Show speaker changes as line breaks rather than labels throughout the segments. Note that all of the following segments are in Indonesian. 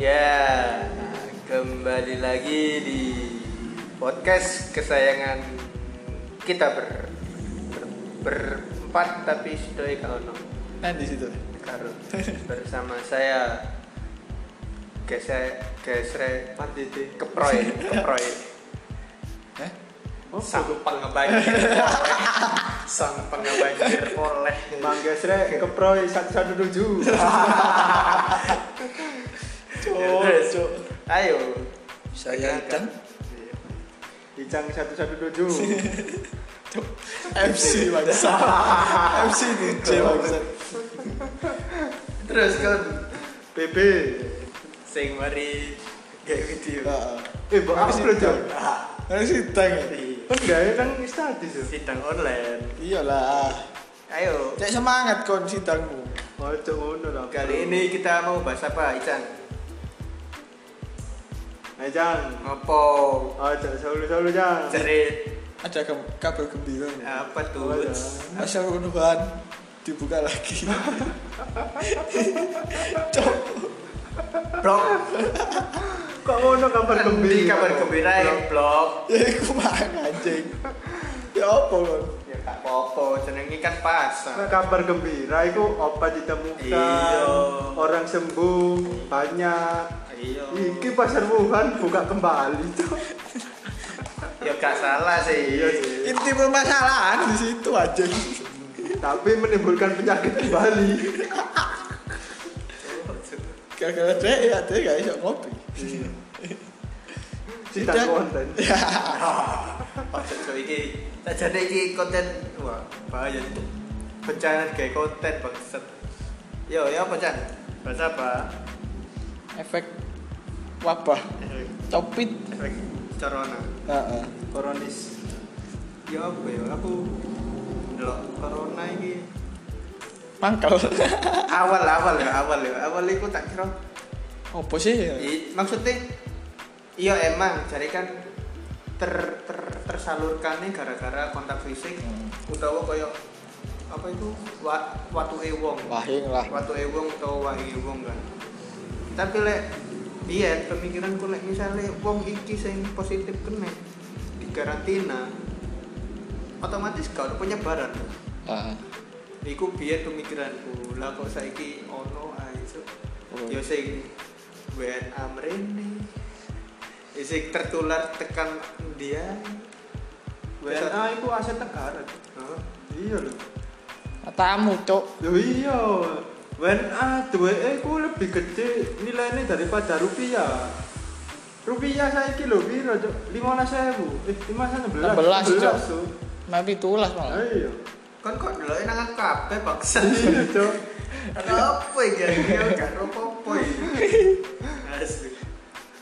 Ya, kembali lagi di podcast kesayangan kita ber, ber berempat tapi Sidoi Kaono
Nah di situ.
Karo bersama saya Gesre Gesre Pandite Keproy Keproy
Eh?
sang Oh, pengebanjir sang pengebanjir oleh
Mang Gesre keproy 117.
Cok,
Terus.
cok.
ayo
Saya
Iya,
Iya,
Ican.
Icang 117.
MC bangsa. MC ini C bangsa.
terus kan
PB.
sing mari kayak video ah,
Eh, mbok
Habis
upload
itu.
ya.
Mana sih tang?
Kan gawe kan status ya.
iya. sidang online
Iyalah.
ayo
Cek semangat kon sidangmu.
Ojo ngono lah.
kali ini kita mau bahas apa Ican
Ijang.
ngopo
Ojo solo-solo Jang.
cari
Ada gem- kabar gembira nih.
apa tuh
Oh, ya.
Masa penuhan dibuka lagi. Cok.
blog
Kok ngono kabar
Kan
gembira?
di kabar gembira ya blog
Ya aku makan anjing. Ya apa kon?
ya gak apa-apa jenenge kan
Nah,
pasang
kabar gembira itu obat ditemukan.
Iya.
Orang sembuh banyak.
iya
Iki pasar Wuhan buka kembali tuh.
ya gak salah sih
Iya sih.
Inti permasalahan di situ anjing.
Tapi menimbulkan penyakit kembali.
Gara-gara dek ya dek gak iso ngopi.
Cinta
Tidak.
konten.
Ya. Ojo ojo iki. Sajane iki konten wah bahaya itu. Bencana kayak konten bangsat. Yo, ya apa Chan? Bahas apa?
efek wabah
Efek
covid
efek corona,
Heeh.
koronis. Ya apa ya? Aku ndelok corona iki
mangkel
awal awal ya awal ya awal iku tak kira
opo sih ya?
I- maksudnya iya emang jadi kan ter, ter tersalurkan nih gara-gara kontak fisik utawa koyo apa itu wa, watu ewong
wahing lah
watu ewong atau wahi wong kan tapi lek iya pemikiranku lek misalnya wong iki sing positif kena di karantina otomatis gak ada penyebaran
Heeh.
iku biar pemikiranku lah kok saiki ono aja
Oh.
yo sing WNA mrene sing tertular tekan dia
WNA
Iya.
itu aset negara.
Hah?
Iya loh.
matamu cok
Loh iya. WNA duwe E ku lebih gede nilainya daripada rupiah. Rupiah saiki lho piro, Cuk? 15.000. Eh, 15.000.
16, Cuk.
Cuk.
mati tulas
Ah,
malah
Iya.
kon kok dulu enak aku kabeh bangsa
Iya, Cuk.
apa ya yo gak apa-apa ya asli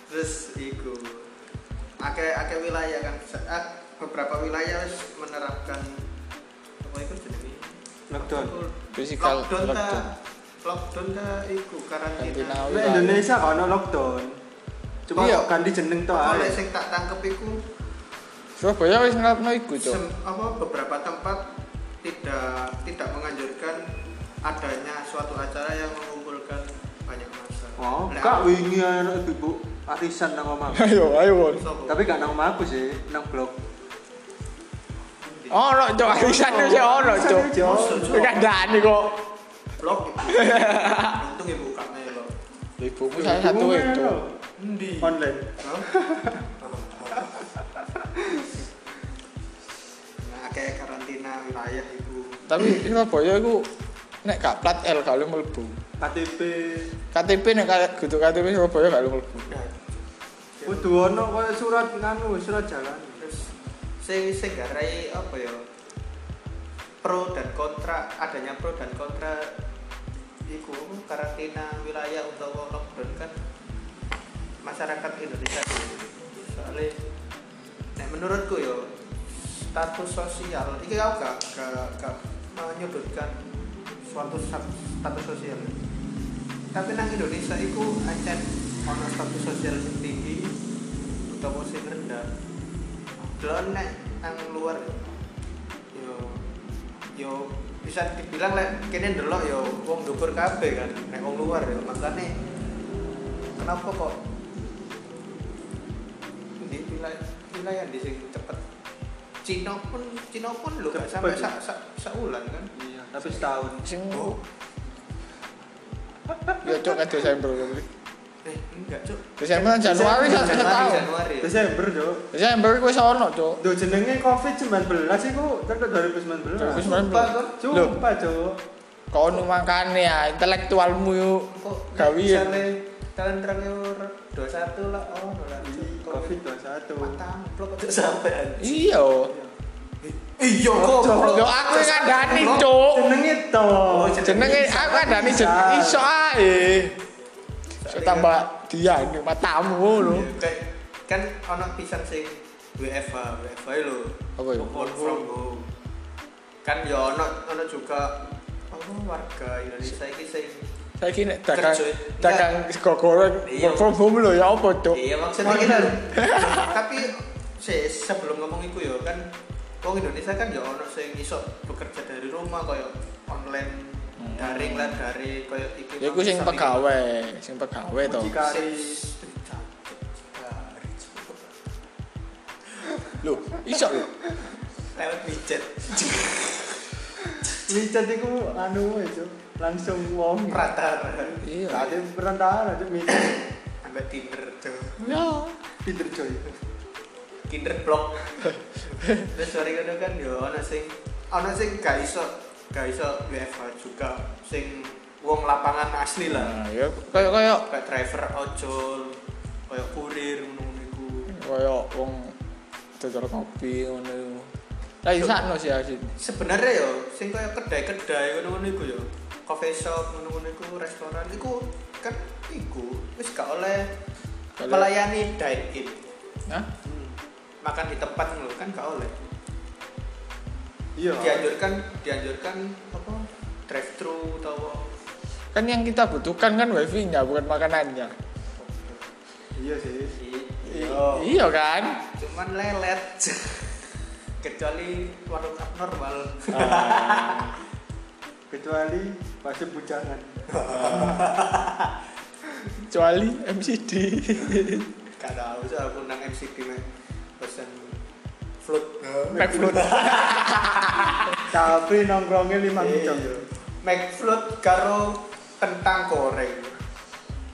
terus iku akeh akeh wilayah kan saat beberapa wilayah wis menerapkan apa itu jenenge
Lockdown.
Physical
lockdown ta
lockdown.
lockdown ta iku
Karantina.
karantina
Nek Indonesia gak ono lockdown. Cuma
Iya.
kok ganti jeneng tok
Oleh
ae.
sing tak tangkep iku
Surabaya wis ngelapno iku cok
sem- apa beberapa tempat tidak tidak menganjurkan adanya suatu acara yang mengumpulkan banyak massa.
Oh,
Nah,
kak wingi ae ono ibu arisan nang omahku.
ayo ayo Won.
sopo?
Tapi gak nang omahku sih, nang blok. Oh.
ono cok arisan itu sih ono cok
Arisan itu, Cok.
dikandani kok
blok ibu. untung ibu kaknya ya Blok.
ibumu salah satu
Ibu
itu
ngono.
Endi?
Online.
Hah? nah kayak karantina wilayah itu
tapi Surabaya iku nek gak plat L gak boleh mlebu
KTP
KTP nek kayak gitu KTP Surabaya gak boleh mlebu
nah,
kudu ono koyo surat nganu, surat jalan.
terus sing sing garai apa ya pro dan kontra adanya pro dan kontra iku karantina wilayah utawa lockdown kan masyarakat Indonesia dulu. soalnya nek menurutku yo status sosial iki aku gak gak, gak menyebutkan suatu sa- status sosial tapi nang Indonesia iku ancen ono status sosial yang tinggi utawa sing rendah Delon nek nang luar yo yo bisa dibilang lek kene ndelok yo wong dukur kabeh kan nek wong luar yo makane kenapa kok di wilayah wilayah di sini cepet Cina pun Cina pun lo gak
Cepet
sampai
ya?
sa, sa, saulan kan
Iya, tapi setahun.
Sing
Oh.
ya cok kan Desember kuwi.
eh enggak cuk
Desember Januari
Desember,
satu tahun.
Januari
Desember, Cok.
Desember kuwi iso ono cok.
Duh jenenge Covid-19 iku kan tetep
Sumpah,
2019.
2019.
kan?
Loh.
Sumpah, Cok.
Kau nu makane ya intelektualmu yuk.
kok
Gawi ya.
misalnya tahun terakhir 21 lah oh no lah Cuk.
Iya, Covid-21.
matang blok cuk sampai anjing
Iya.
iya
Cuk.
Yo aku yang ngandani cok.
Jenenge to.
Oh, jenenge
Jenenge
iso
aku ngandani
bisa.
jenenge iso ae. Iso tambah dia ini matamu lho.
Kayak- kan ono pisan sing WFH WFH lho
Apa ya?
work from home kan ya ono ono juga apa warga Indonesia iki sing
Saya kira dagang
Kerja.
dagang sego goreng
Iya.
work from home lho ya apa cok.
iya maksudnya kita tapi se sebelum ngomong iku ya kan wong Indonesia kan ya ono sing iso bekerja dari rumah koyo online
Hmm.
daring lah daring koyo iki kan
Ya iku sing
Sampai-
pegawai, sing pegawai to.
Jika- Kari.
Sing- Kari, Cuk.
Lho, iso lho.
lewat micet
Micet iku anu wae, Cok. Langsung wong.
rata
Iya.
Tadi perantaran aja micet.
sampai Tinder Cuk.
Ya.
Pinter coy.
Kinder Block. Terus sore ngono kan yo ana sing ana sing gak iso gak iso WFH juga sing wong lapangan asli lah.
Nah, ya kayak kayak
Kayak driver ojol, koyo kurir ngono-ngono iku.
kaya wong tutur kopi ngono iku. Lah iso sakno sih asin.
Sebenarnya yo sing koyo kedai-kedai ngono-ngono iku yo. Coffee shop ngono-ngono iku, restoran iku kan iku wis gak oleh
Oleh-
melayani dine in.
Hah?
Makan di tempat ngono kan gak oleh.
Iya.
Dianjurkan dianjurkan apa? Drive thru atau
Kan yang kita butuhkan kan wifi-nya bukan makanannya.
Iya sih.
I-
Iya.
Iya kan?
Cuman lelet. Kecuali warung abnormal.
Ah,
Kecuali pasti bujangan.
kecuali MCD.
Gak tau sih aku nang MCD nih. Pesan float.
McFloat.
Tapi nongkrongnya lima jam.
Iya. McFloat karo kentang goreng.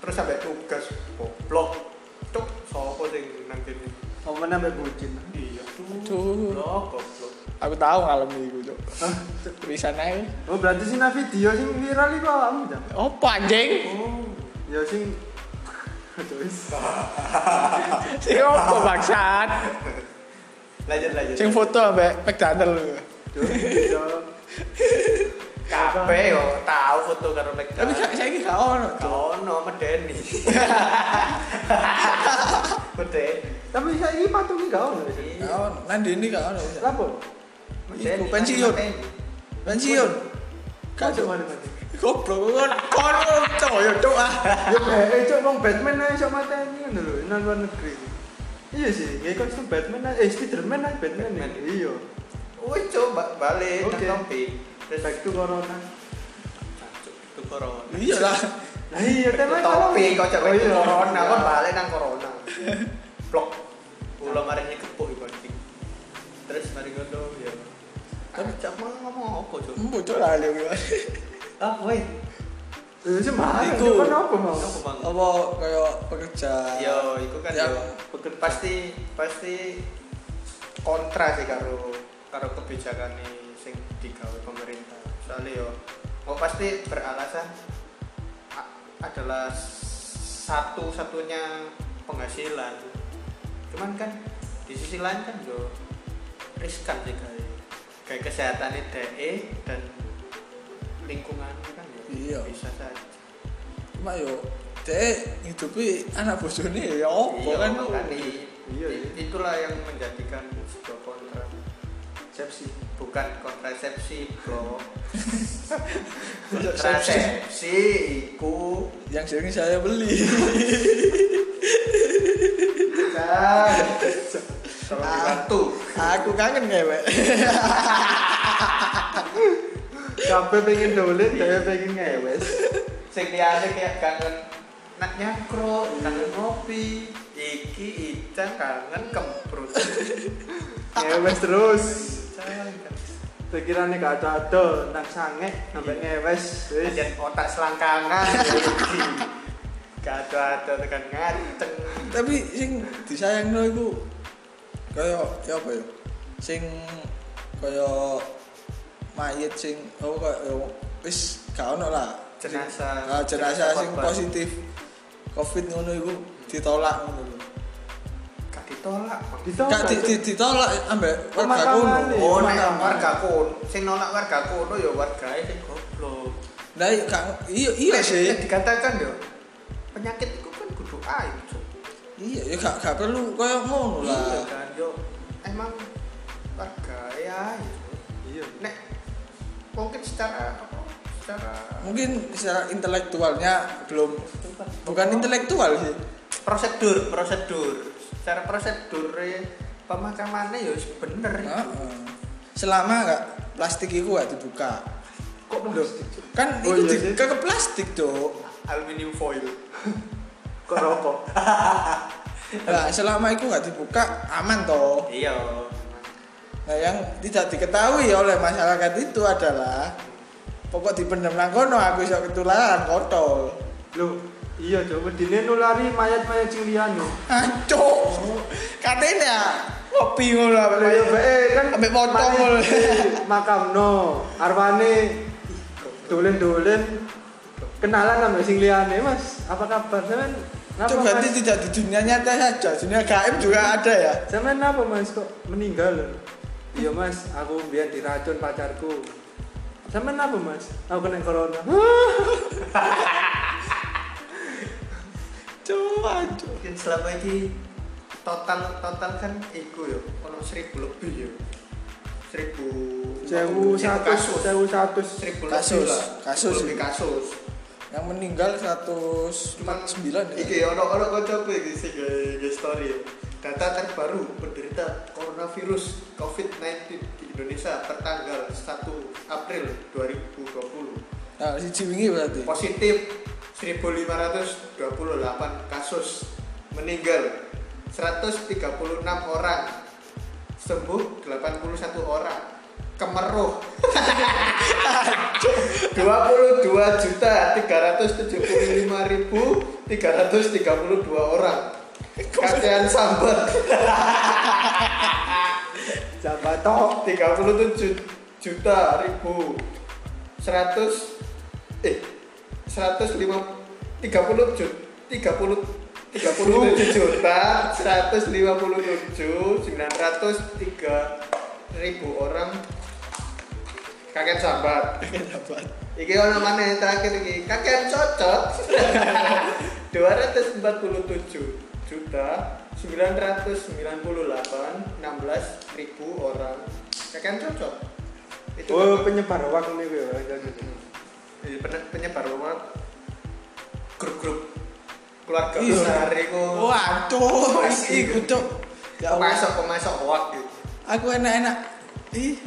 Terus sampai tugas goblok. Cuk, sopo sing nang kene?
Omen sampai bucin.
Iya,
Duh.
goblok, goblok.
Aku tahu ngalem iku, Cuk.
Hah?
Tulisan ae.
Oh berarti sih nah video sing viral itu kamu jam.
Opo anjing?
Oh,
Ya sing. Terus.
Sing opo bangsat?
lanjut lanjut.
Sing foto ambek McDonald.
kabeh yo tau foto karo McDonald.
Tapi saya saiki gak ono, Cuk.
Kono medeni. Medeni.
Tapi saya ini patungnya gak ono. sih.
Iya.
Gak ono. Nang dene gak ono. Cuk.
Lapo?
Medeni,
Iku pensiun.
medeni.
Pensiun.
Gak
Kacau.
cuma mati.
Goblok kon kon cowok ya cowok ah.
Ya eh cok wong Batman aja sok mata ini ngono lho, nang luar negeri. Iya sih, ya kok itu Batman aja, eh Spiderman aja Batman ya.
Batman.
Iya.
Wih, coba balik
Oke.
nang topik. Terus
Back to corona.
Cuk, itu corona.
Iya lah.
Nah iya, tema
Topik kok coba
Oh,
itu
iya.
corona, kok balik nang corona. Blok. Ulo marine kepo iki anjing. Terus mari ngono ya. Kan cak mau ngomong apa, Cuk?
Embo cowok lah lu.
Ah, woi.
Iya sih mahal,
Iku.
itu kan apa mau?
Apa, Bang?
Apa kayak pekerja?
Yo, itu kan
Ya.
yo peker- pasti pasti kontra sih karo karo kebijakan sing digawe pemerintah. Soalnya yo mau pasti beralasan a- adalah satu-satunya penghasilan. Cuman kan di sisi lain kan yo riskan sih kayak kayak kesehatannya DE E dan lingkungannya kan yo
Iya.
bisa saja.
Cuma yo dek hidupi anak bojone ya opo
iya,
kan.
makanya
Iya,
i- itulah yang menjadikan sebuah kontrasepsi bukan kontrasepsi bro kontrasepsi iku
Yang sering saya beli.
kan
Tolong
satu
Aku kangen ngewek.
Iya.
Kabeh pengen dolen, dhewe pengen ngewes.
sing liyane kayak kangen nak nyangkruk kangen ngopi iki icang kangen kemprut kan
ngewes terus
Icang, kangen.
pikirannya gak ada ada nang sange
Iya.
sampai ngewes wis.
dan otak selangkangan iki gak ada tekan ngaceng
tapi sing disayangno iku kaya ya apa ya sing kaya mayit sing oh kaya ya wis gak ono lah
jenazah
nah, jenazah sing
korban.
positif covid ngono iku ditolak ngono lho
gak ditolak Bang.
Ditolak,
gak di,
Cuk.
di- ditolak ambek warga
Pemakaman ya?
kono
nih.
Oh,
oh
nek
nah
warga kono, sing nolak warga kono ya wargae sing goblok. Kan
nah iya gak- iya iya
Nek-
sih
nek dikatakan yo. ya. Penyakit itu kan kudu aib, Cuk.
iya ya gak gak perlu kaya ngono
Iya
Oh, lah
kan yo. Emang wargae aib. Cuk.
iya
Nek mungkin secara apa? Secara
mungkin secara intelektualnya belum bukan intelektual sih
prosedur, prosedur. Secara prosedur pemakamannya ya wis bener.
Heeh. selama nggak plastik itu nggak dibuka
Kok plastik? Cuk?
kan
Oh,
itu
iya
di,
sih.
ke, ke plastik tuh
Aluminium foil.
kok rokok
nah selama itu nggak dibuka aman toh
Iya.
nah yang tidak diketahui oleh masyarakat itu adalah pokok dipendem nang kono aku iso ketularan kotor
Loh, iya coba dini nulari mayat-mayat sing liyane.
aco katanya ah. ngopi ngono apa
Iya,
Lah ya bae kan
Ambek potong lho.
Makamno, arwane dolen-dolen kenalan sama sing liyane, Mas. Apa kabar sampean? Napa,
itu berarti
Mas?
tidak di dunia nyata saja dunia gaib juga ada ya
Sampean napa, Mas? Kok meninggal? Iya, Mas. Aku biar diracun pacarku. Sampean napa, Mas? Aku kena corona.
coba aco
Mungkin selama ini total total kan iku yo ono 1000 lebih ya. yo. 1000
Sewu satu,
kasus.
sewu satu.
1000
Kasus,
lebih lah. 1000
kasus.
lebih kasus.
yang meninggal 149
Cuman
ya
Iki ono ono kancaku iki sing gawe- gawe story yo. Data terbaru penderita coronavirus COVID-19 di Indonesia tertanggal 1 April 2020.
nah si Ciwingi berarti
positif 1528 kasus meninggal 136 orang sembuh 81 orang kemeruh 22 juta 375.332 orang kasehan sambat
Jabatok.
37 juta ribu 100 eh 105 30 juta 30 37 juta 157 903 ribu orang kakek sahabat Iki ono mana yang terakhir iki kakek cocok 247 juta 998 16 ribu orang kakek cocok itu kan
Oh, penyebar hoax niku ya.
Jadi pen- penyebar rumah grup-grup keluarga
Iya.
besar itu
Waduh,
Masih.
iku cok. Ya Allah.
pemasok pemasok hoax gitu
aku enak-enak. Ih,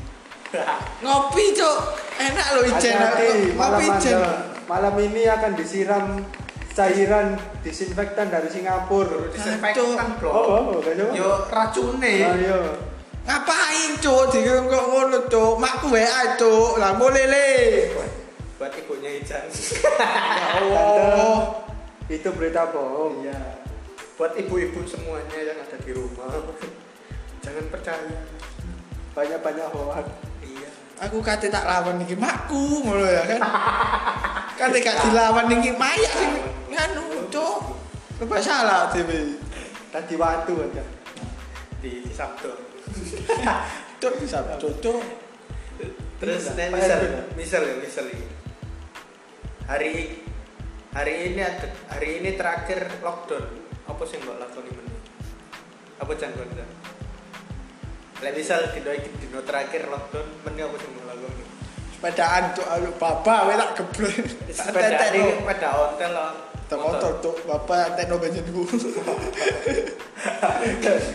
ngopi cok. Enak loh ijen aku.
Hati-hati,
Ngopi
malam
ijen.
Anda. Malam ini akan disiram cairan disinfektan dari
baru
Singapura.
disinfektan
Oh,
blok
oh, oh, gak coba.
yo racune
Ayo.
Ngapain cok? Dikirim kok ngono cok. Makku WA cok. Lah lele.
buat ibunya Ijan
Ya
Tante,
Allah.
itu berita bohong.
iya buat ibu-ibu semuanya yang ada di rumah jangan percaya
Banyak-banyak hoax.
iya
Aku kate tak lawan iki makku ngono ya kan. Kate gak dilawan iki mayak sing nganu cok. Lepas salah dewe.
Tadi waktu aja.
di, di Sabtu
Cok bisa cocok.
terus
Iya,
nih
Pak
misal
Erwin.
misal ya misal ini hari hari ini ada- hari ini terakhir lockdown apa sih mbak lakoni ini apa jangkauan dah lah misal dino iki dino terakhir lockdown mending apa sih mbak lakoni
sepedaan tuh ayo bapak we tak geblek
sepeda ini sepeda hotel lah
tak motor tuh bapak tekno benjinku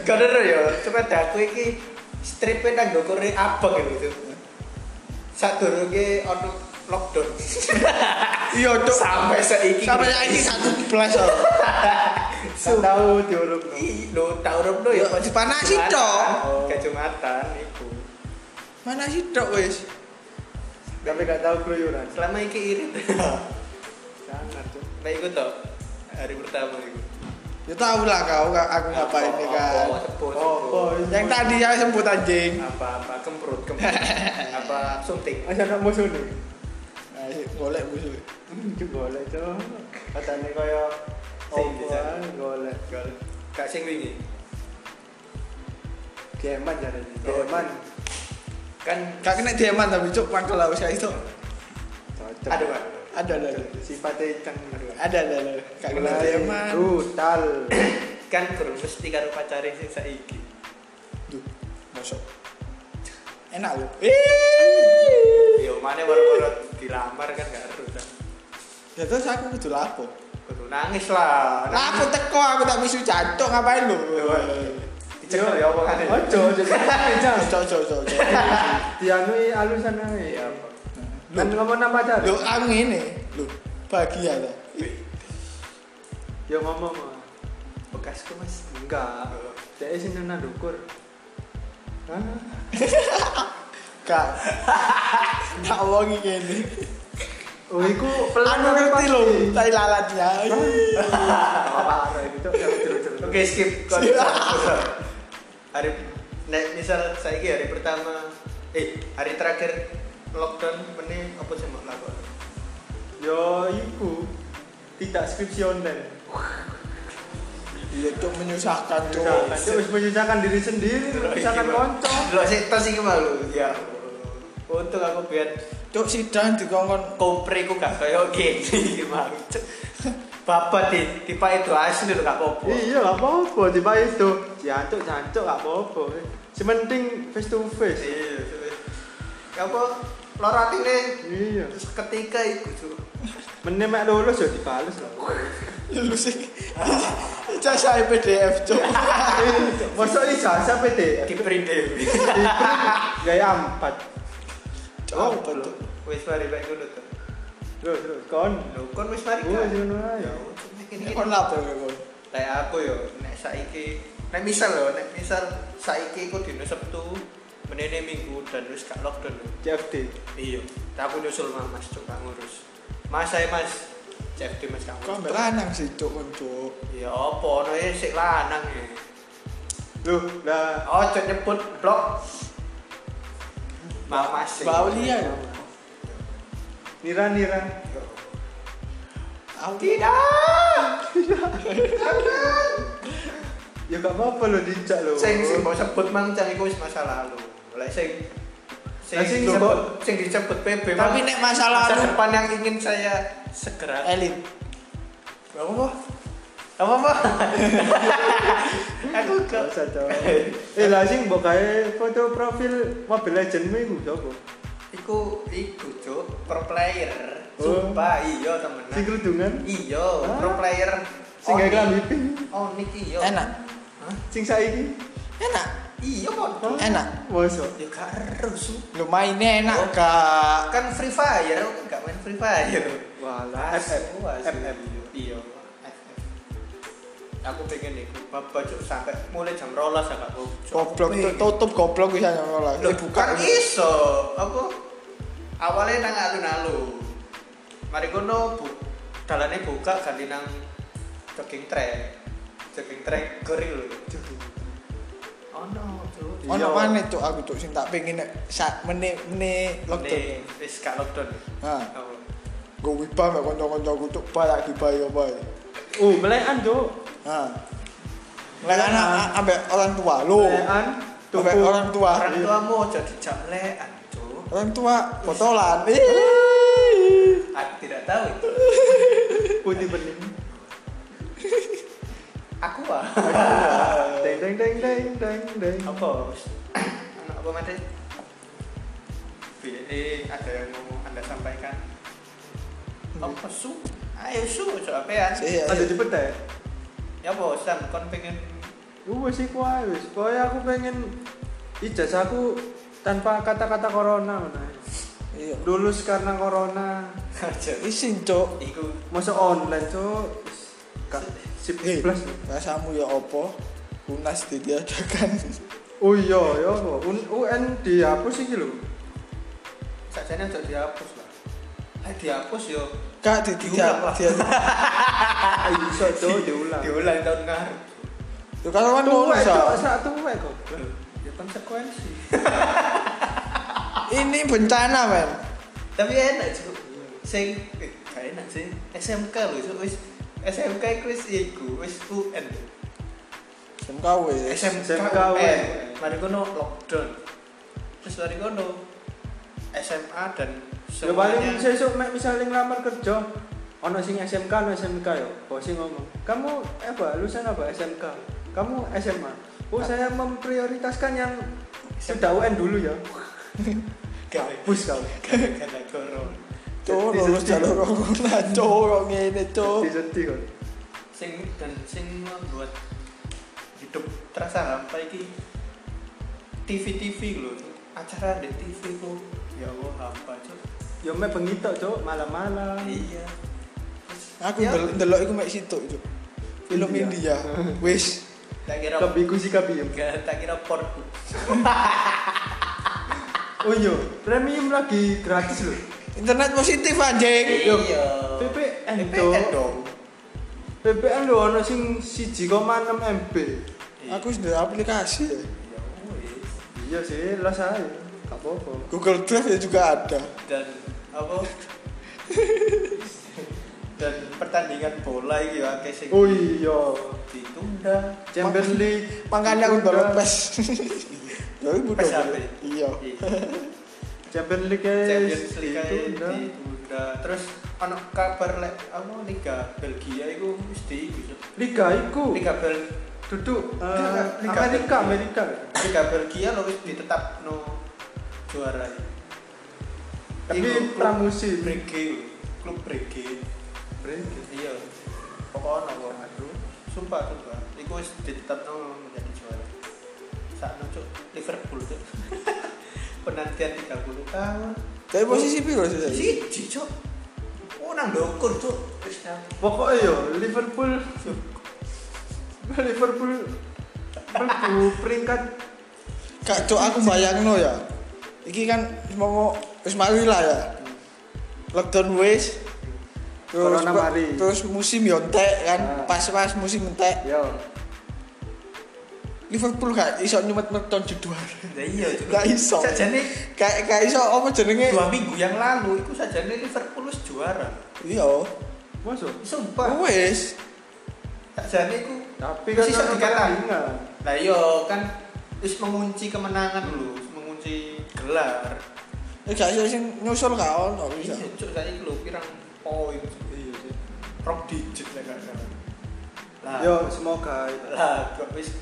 kau ya sepeda aku iki stripnya nang gue kore ya, abang gitu satu ono lockdown
Iya, Cuk.
Sampai seiki.
Sampai saiki satu plus. oh.
Gak tahu diurut.
Ih, lo tau urip lo ya
Yo, dipanasi,
Jumatan.
Cok.
Oh. Gak Jumatan iku.
Mana sih tok wis?
Tapi gak tahu keluyuran.
Selama iki irit.
Sangat tuh.
Nah iku tok. Hari pertama iku.
Ya tahu lah kau ka- aku ngapain ini kan.
Oh, sebut,
Oh,
sebut.
boy.
Yang tadi ya sebut anjing.
Apa apa kemprut kemprut. apa suntik.
Masa nak musuh nih?
Nah, sih, golek musuh.
Itu boleh tuh. Katanya kaya
Sing,
Opo
bisa.
ae, golek.
Gak sing wingi.
Geman jarane.
Oh,
Geman.
Kan
Gak kena diaman tapi cuk mangkel lah wis kayak itu.
Cocok.
aduh kan.
Ada ada. ada.
Sifatnya ceng. aduh.
Ada ada. ada. Gak kena
Mulai
diaman.
Brutal.
Kan kurang mesti karo pacare sing saiki.
Duh, masuk. Enak loh. Ih.
Yo mana baru-baru dilamar kan gak harus. kan.
Ya terus aku kudu lapo.
Kudu nangis lah.
Lapo teko aku tak bisu jantung ngapain lu?
Dicekel ya omongane.
Ojo, ojo. Jangan.
Nah, Cok cok cok. cok.
Dianui alusan ae.
Iya,
Ya.
Pak.
Kan ngomong nama pacar.
Lu Nah, aku ini, lu bahagia lah.
Ya ngomong. Mas.
Bekasku Mas.
Enggak. Saya sih nana dukur. Hah?
Kak, tak wongi gini.
Oh, iku
Aku ngerti
pasti.
loh, tai lalatnya.
Apa arah itu?
Oke skip Kau- hari nek misal saiki hari pertama eh hari terakhir lockdown meni apa sih mau lakukan?
Yo, Ya, iku tidak skripsi online.
Iya tuh menyusahkan tuh.
Menyusahkan. Dia harus menyusahkan diri sendiri,
iya,
menyusahkan konco.
Lo sih tas iki malu. Ya. Untuk aku biar
Tuh sidang dikongkon.
kompre ku gak kaya gini mau. Bapak di tipe itu asli lo gak apa-apa.
Iya, gak apa-apa. Tiba itu, jancok, jancok, gak apa-apa. Sementing face to face.
Iya. Ya apa lor atine
Iya.
terus ketika iku Cuk.
Menemek lulus ya dibales lah.
Lu sih. Jasa PDF tuh.
Masa ijazah PT?
di print ya. dhewe.
Gaya empat.
Cok apa tuh?
Wis mari baik dulu tuh.
Terus, terus, kon.
Lo kon wis mari.
Gue
kan?
sih nuna
Ya,
ya.
kene
Kon lapo ya kon?
Nek aku yo nek saiki nek misal lho nek misal saiki ku dino Sabtu menene Minggu dan wis gak lockdown lho.
CFD.
Iya, tak aku nyusul mah Mas cuk gak ngurus. Mas saya Mas CFD Mas gak
Kon
ngurus.
belanang sih tuh kon tuh.
Ya apa ono e sik lanang ya.
Loh, lah
Oh, cuk nyebut blok. Mau Mas. sih.
Bau liya ya.
Nira Nira.
Yo.
Aku
Tidak.
Ya gak apa-apa lo dijak lo.
Sing sing mau sebut mang cari iku wis masa lalu. Oleh sing sing
Lah, sing
disebut
disebut-
sing disebut PB
Tapi
Mang.
nek anu, masa
masa
lalu
depan yang ingin saya segera
elit.
apa apa apa apa aku ke
Gak usah Cok. Eh lah sing mbok gawe foto profil Mobile Legend mu iku sapa?
iku iku cuk pro player
Oh.
sumpah iya temenan
Sing kerudungan,
iya
Ah.
pro player
sing gawe
Onik.
klambi pink,
Onik iya
Enak.
Hah?
sing saiki.
Enak.
iya kok
Enak.
Mosok.
ya gak eruh Su.
Lu
Oh.
mainnya enak kak.
kan free fire aku gak main free fire
Walah
Asu,
FF.
asu.
FF.
iya FF. aku pengen iku bapak cuk sampai mulai jam rolas ya kak
Goblok tu- tutup goblok bisa nyolong lah.
Loh, kan
Dibuka.
iso apa awalnya nang alun-alun mari kono bu dalane buka ganti nang jogging track jogging track gori lho oh no tuh
Ono
Iya.
mana cuk aku cuk sing tak pengen nek sak menit menit lockdown.
Ini wis gak lockdown
Ha,
Oh.
go wipa mek kanca-kancaku cuk balak dibayi apa ya.
Oh, melekan Cok.
Ha. Lah anak a- ambek orang tua lu.
Melekan tuku.
Ambek orang tua.
orang tuamu aja dijamlekan tuh
Orang tua botolan. Ih. Iya.
aku tidak tahu itu
putih bening.
aku ah
Deng deng deng deng deng deng.
apa anak apa mati BE ada yang mau anda sampaikan
Hmm.
apa su ayo su coba ya
Sih, ya, ya.
Ada di petai.
ya bos sam kon pengen
Lu wis iku ae wis. Kaya aku pengen ijazahku tanpa kata-kata corona ngono ae.
Iya.
Lulus karena corona.
aja
Isin cok.
iku
masa online cok kak sip
Eh,
plus
rasamu ya opo? Unas diadakan.
oh iya ya apa? Un UN dihapus iki lho
sajane aja dihapus lah Lah dihapus yo
Kak di
Diulang,
dia.
ah iso cok diulang
diulang tahun ngarep
Yo kalau kan ngono
tuwek cok
Sa.
sak tuwek kok
ya konsekuensi
Ini bencana men.
tapi enak juga sing eh, gak enak sih SMK lho itu wis SMK iku wis iku wis UN
SMK wis.
SMK
SMK
UN
UN.
mari Eh, kono lockdown terus mari kono SMA dan
ya
semuanya
paling sesuk mek misalnya ngelamar kerja ono sing SMK ono SMK yo bos ngomong kamu apa lulusan apa SMK kamu SMA
Ah.
oh saya memprioritaskan yang sudah UN dulu ya
gawe
bus kau
gara-gara corona
Cok lulus jalur corona cok kok ngene cok.
sedih kan
sing dan sing membuat hidup terasa hampa iki TV TV lho acara di TV ku ya Allah hampa cuk
yo mek bengi tok cok malam-malam
iya
Aku
Ya.
del- delok iku mek situ cok. Film India.
India.
Wis.
tak kira
lebih kusi kabiyem
Gak tak kira port
oh iya premium lagi gratis loh
Internet positif anjing.
Eh, Yo,
Iya.
PPN
PPN
dong.
dong.
PPN lho ono sing 1,6 MB
Aku sudah aplikasi ya.
Ya wis.
iya sih lah saya gak apa-apa
Google Drive ya juga ada.
Dan apa? Dan pertandingan bola iki ya akeh sing
oh iya
ditunda.
Champions League
Makanya aku download
Ditunda.
PES. Ya ibu
Pas HP.
download. Iya.
Iya.
Champions League guys
Champions League ae
ditunda.
ditunda. Terus ono kabar lek apa Liga Belgia iku mesti iku.
Liga iku
Liga Bel
duduk eh,
Liga- Liga
Amerika
Belgia.
Amerika
Liga Belgia lho wis ditetapno juara.
tapi
Iku klub
pramusim
Brugge, klub Brugge.
Break.
Iya. Pokoknya kok aduh. Sumpah sumpah. Iku wis ditetapno menjadi juara. Sakno cuk Liverpool cuk. Penantian 30 tahun.
Tapi posisi piro sih saya?
Siji cuk. Oh nang dokun cuk. Wis nang.
pokoknya yo Liverpool Liverpool mlebu peringkat
Kak Cok aku bayangno ya. Iki kan mau wis mari lah ya. Lockdown wis. Terus,
Corona mari.
terus musim yontek kan,
Ah.
pas-pas musim entek.
yo
Liverpool gak iso nyumet meton juara.
Lah iya cuk.
Gak iso.
Sajane
Kayak kayak iso apa jenenge?
dua minggu yang lalu iku sajane Liverpool wis juara.
Iya. oh.
masuk
Sumpah.
Wis.
Sajane iku
tapi
Wis
kan
iso
ono
dikatakan.
pertandingan.
Lah iya kan wis mengunci kemenangan lho, mengunci gelar.
Eh gak iso sing nyusul gak ono
Iya,
bisa.
cuk saiki lho pirang poin Cuk.
Iya sih.
rong digit lah gak salah. Lah,
yo semoga
lah kok wis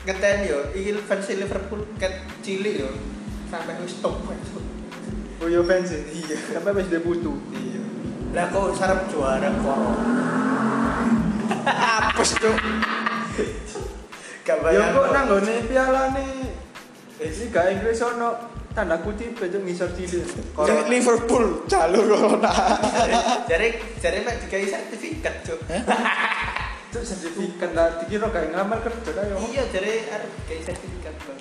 ngeten yo, iki fans Liverpool ket cilik yo sampai wis top wis.
oh yo fans iya sampai wis debutu
Iya. Lah kok sarap juara kok.
Apes Cok.
Gak
yo
bayang.
kok nang nggone pialane iki gak Inggris ono tanda kutip aja ngisor cilik
Li- Liverpool jalur corona.
Jare jare mek dikai sertifikat, Cuk.
Cuk sertifikat lah dikira gak ngelamar kerja ta yo
Iya, jare arep dikai sertifikat Bang.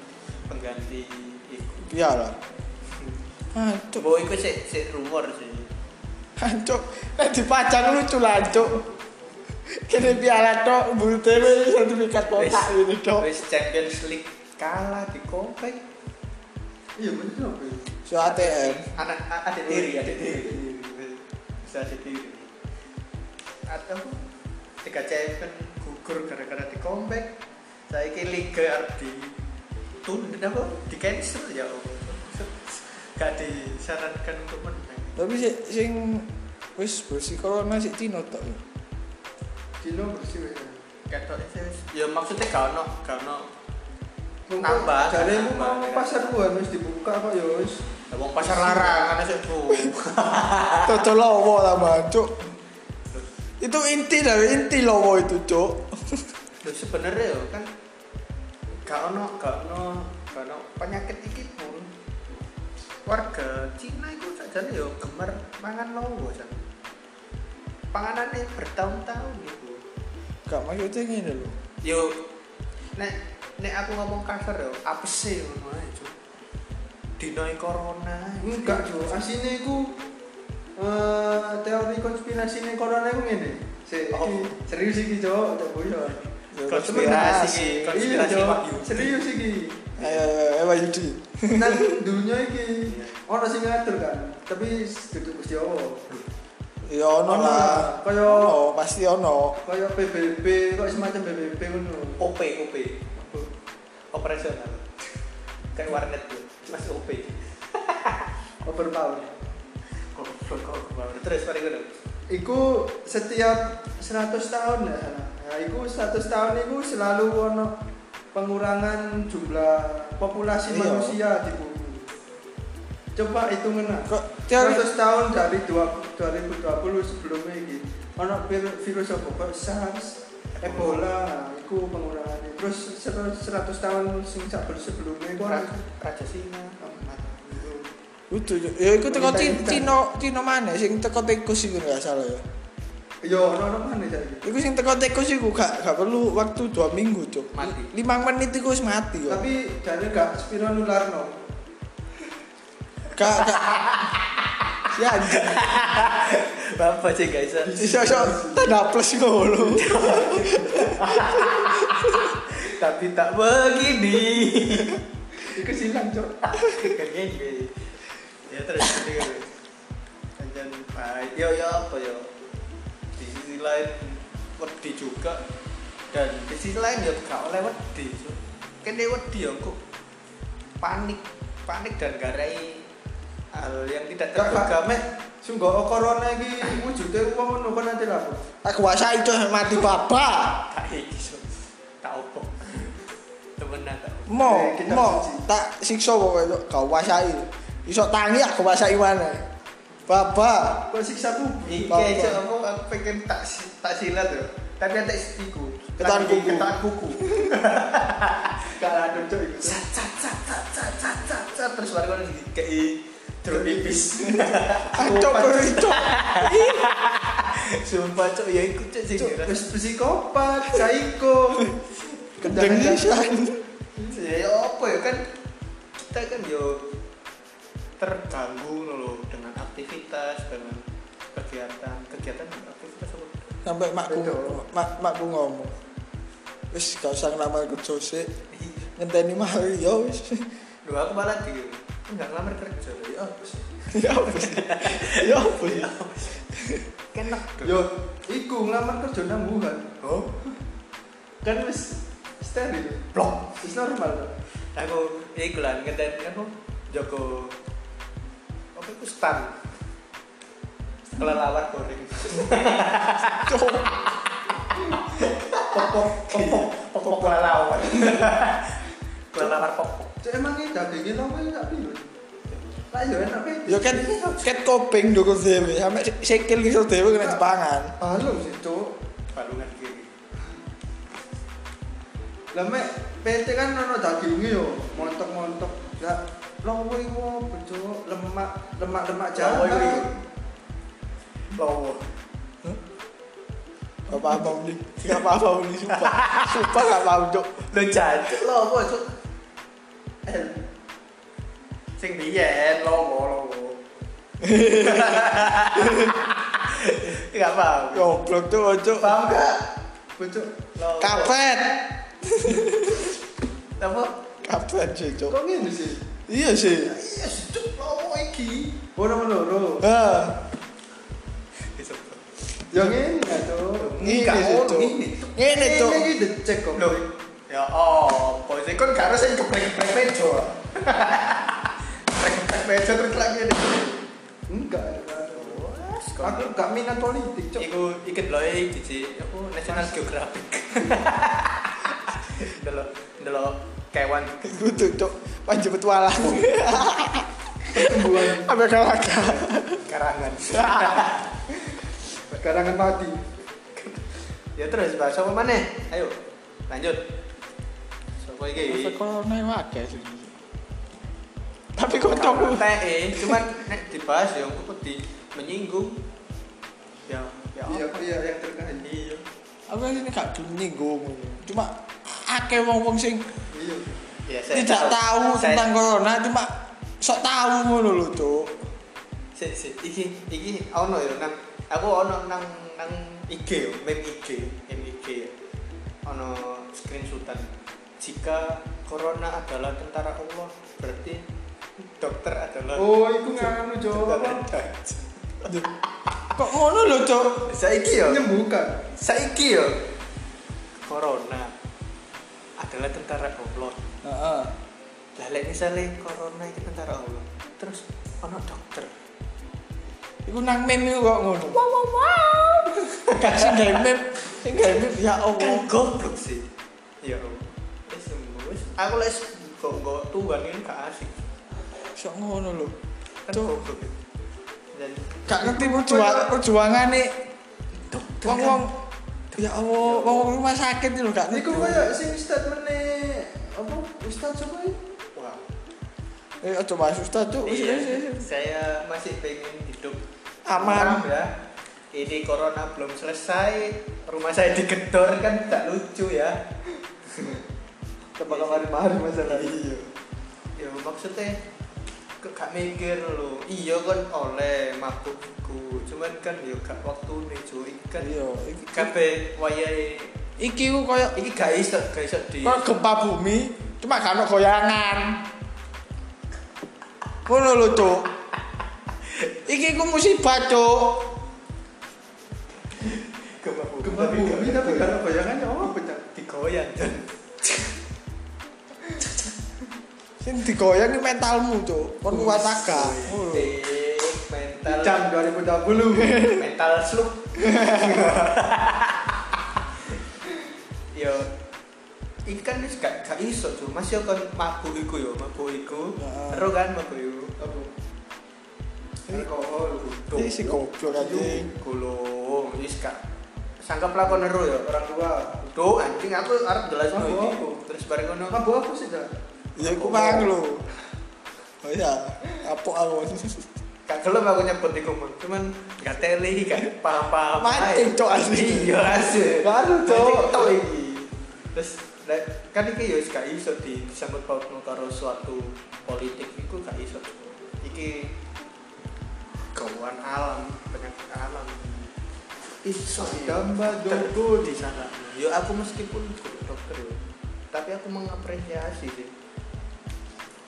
pengganti iku.
Iya lah. Ah, Cok.
Coba iku sik sik rumor sih.
Hancuk, nek dipajang Eh, lucu lah, Cuk. Kene piala tok, bulute wis sertifikat kotak ini tok.
Wis Champions League kalah di komplek.
iya bener apa ya?
So ATM.
Eh, Anak a- adik tiri, Iya, adik tiri. Bisa adik tiri. Atau tiga champion gugur gara-gara di comeback. Saya ini liga harus ditunda apa? Di cancel ya Allah. Gak disarankan untuk menang.
Tapi sing sing wis bersih corona sik Cino tok.
Cino bersih wis
Ketok itu wis- ya maksudnya gak ono, gak ono. Nambah,
Nambah, jare
nambah.
mau pasar buah wis dibuka kok yo wis.
Ya, Wong pasar larangan aja bu.
Toto lowo lah, Cuk. Itu inti dari inti lowo itu, Cuk.
Loh, sebenarnya yo kan gak ono gak ono gak ono penyakit iki pun warga Cina itu sak jadi yo gemer mangan lowo jan. Panganane bertahun-tahun gitu.
gak maksudnya gini loh
Yo nek nek aku ngomong kasar yo apes sih ngono ae, Cuk. Dinoi corona.
Enggak,
Iya,
Jo. Asine iku eh teori konspirasi ning corona iku ngene. Sik,
Oh.
iki serius iki, Jo. Tak boyo.
Ya,
Konspirasi,
Iya,
konspirasi
Jo.
wahyu.
Serius iki.
ayo ayo ayo Pak ya, Yudi
Nang dunia iki
Iya.
ono sing ngatur kan, tapi duduk Gusti Allah.
ya ono lah
Ono lah, kaya-
ono pasti ono
Kaya PBB, kok semacam PBB ngono.
OP, OP. Operasional. Kayak warnet tuh. Mas OP.
Overpower.
Goblok, goblok. Terus mari ngono.
Iku setiap 100 tahun ya. Nah, iku 100 tahun iku selalu ono pengurangan jumlah populasi
Iya.
manusia di bumi. Coba hitungin lah.
kok teori
100 tahun dari dua- 2020 sebelumnya ini gitu. ono vir- virus apa kok SARS, Ebola, iku pengurangan. Terus 100 tahun sing sak sebelumnya iku ono
Ra- Raja Singa.
itu ya iku teko Ci-
Minta-minta.
Cina Cina mana sing teko tikus iku nggak salah ya
Yo, ono ono Iya, mana jadi. gitu?
iku sing teko tikus iku gak gak perlu waktu dua minggu cok
Mati.
lima menit iku wis mati kok
Tapi dari gak spiro nularno.
gak gak ya anjing
Bapak sih guys.
iso iso tanda plus ngono
Tapi tak begini.
Iku silang, Cok.
Kengenge. Ya terus terus. Kancan baik. Yo yo apa yo. Di sisi lain wedi juga dan di sisi lain ya gak oleh wedi. Cuk. Kene wedi ya kok panik, panik dan garai hal yang tidak
Gak gak
terduga.
gak meh. Sungguh corona iki wujude wong ngono kan nanti lah.
aku kuasai cok mati babak
Tak iki so. Tak opo. Temenan tak. opo.
Mo,
Eh, kita
mo,
benci.
tak siksa pokoknya Cok. kau kuasai. Iso tangi aku kuasai mana? Baba,
Kok siksa kubu.
Iki
Apa?
aja aku aku pengen tak si- tak silat yo. Tapi tak istiku.
Ketan kuku.
Ketan kuku.
Gak ada Cok iku. Cok.
cat cat cat cat cat cat cat cat terus baru kan kayak jeruk nipis
Oh,
acok bericok.
sumpah cok ya ikut cok sing
Cok,
ngerasa.
Wis psikopat, psycho.
Kedengi san.
ya ya apa ya kan kita kan yo terganggu ngono lho dengan aktivitas dengan kegiatan kegiatan dan aktivitas apa
Sampai makku,
Betul.
mak, makku ngomong. Wis gak usah ngelamar kerja sih. Ngenteni mari yo wis.
Duh, aku malah di enggak ngelamar kerja lho. ya apa sih?
Ya wis. Ya wis.
kenek
Yo, iku ngelamar kerja nang Wuhan.
oh
Kan wis steril.
blok
Wis normal. Cok.
aku iku lah ngeten aku Joko apa itu stan kelelawar goreng
Cok,
popok popok popok kelelawar kelelawar popok
Cok emang iki dagingnya lho kok gak biru. Lah yo enak weh.
Yo kan ket kopeng dukun dhewe. Sampai sikil Ya, iso dhewe kena jepangan.
Halo sih, Cok.
balungan kiri
Lah mek PT kan ono daginge yo, montok-montok. Lah lowo iku apa, Cuk? Lemak, lemak-lemak
Lowo iku
jahat.
iku. lowo
Gak paham beli, gak paham beli sumpah, sumpah gak paham cok.
lo jancuk lowo cuk
Eh,
sing biyen lowo lowo nggak paham
Goblok cok, cok.
paham gak
Bocok.
lowo
Kapet,
apa
kapet sih cok.
Kok ngene sih?
Iya sih.
iya cuk lowo iki
Ora loro.
Ah,
Iya,
Yo Ya ngene lah, Cuk.
Ngene
Nggak
sih,
ngono,
Cuk.
ngene, Cuk.
ngene cok.
Ini iki dicek kok.
Loh, ya apa sih? Kan gak harus yang geprek-geprek meja. Geprek-geprek meja terus lagi ini.
Enggak.
Wes,
Aku
kok. Iya.
gak minat politik, Cuk.
Iku iket lho iki siji aku National Geographic. Delok delok kewan.
Gitu cok, panjang petualang.
Pertumbuhan
Apa kalaka?
Karangan.
karangan padi.
ya terus bahas apa maneh? Ayo, lanjut. Sopo iki?
Corona wae sih. Tapi tapi kocokku.
TE, cuman nek dibahas ya aku di menyinggung. Ya, ya.
Iya,
apa?
iya,
yang terkait.
ya.
Iya.
Aku ini gak gelem nyinggung. Cuma akeh wong-wong sing
Iya.
Ya, saya
tidak tahu
saya-
tentang corona cuma sok tahu ngono lho, Cuk.
Sik, sik, iki iki ono ya nang aku ono nang nang IG yo, meme IG, meme IG. Ono screenshotan. Jika corona adalah tentara Allah, berarti dokter adalah
Oh, iku nganu Jo.
tentara
Apa?
jahat.
Duh. Kok ngono lho, Cuk?
Saiki yo,
Menyembuhkan.
saiki yo. Corona adalah tentara Allah.
Heeh.
Lah lek misale corona iki tentara Allah, terus ono dokter.
Iku nang meme iku kok ngono. Wow wow wow. Gak sing gawe meme, sing gawe meme ya Allah.
Kan goblok sih. Ya Allah. Wis sembuh. Wis, Aku les kok kok Tuhan ini gak asik.
Sok ngono lho.
Kan
Tuh.
goblok. Dan
Gak ngerti perjuangan perjuangane
dokter kan-
wong-wong ya Allah, wong-wong rumah sakit lho gak ngerti.
Iku koyo sing statemente apa? Ustaz sapa iki?
Wah.
Eh aja masuk ta, Cuk. Wis,
Iya,
wis, wis.
saya masih pengen hidup
Aman.
ya. Ini corona belum selesai, rumah saya digedor kan tak lucu ya.
Tempat kemarin-kemarin masalah.
Iya. Ya maksudnya kok gak mikir lo. Iya kan oleh mabuk iku. Cuman kan yo gak waktune cuy. Iki Kan
Iya, iki-
kabeh wayahe
Iki ku koyo
iki gak iso gak iso di.
Kok gempa bumi cuma gak ono goyangan. Ngono lho, Cuk. Iki ku musibah, Cuk.
Gempa bumi.
Gempa bumi tapi gak ada bayangannya Oh, apa Cak?
digoyang. Jan.
Sing digoyang iki mentalmu, Cuk. Kon kuat agak. Ngono.
Tik, mental
Jam 2020.
mental sluk. yo iki kan wis gak gak iso cuy. Mas yo kan mabuk iku yo, mabuk iku.
Nah.
Ero kan mabuk iku.
Apa?
Alkohol,
Iki si goblok anjing.
Golong, wis gak. Sangkep lakon ero ya orang tua. Duh, anjing aku arep jelas
Mabuk
iki.
aku.
Terus bareng ngono.
Mabuk Nah, kan apa sih, Cak?
Ya iku mang lho. Oh iya, apa aku?
Gak gelem aku nyebut iku, Mon. cuman gak teli, gak paham-paham.
Mati,
ae.
Cok, asli.
Iya, asli.
Baru,
Mati,
Cok.
Cok, iki. Terus lek- kan iki ya wis gak iso disambut pautno karo suatu politik iku gak iso. Cok. Iki gawaan alam, penyakit alam. Iso
Tambah
Ter-
jogo
di sana. Yo aku meskipun guru dokter yo, tapi aku mengapresiasi sih.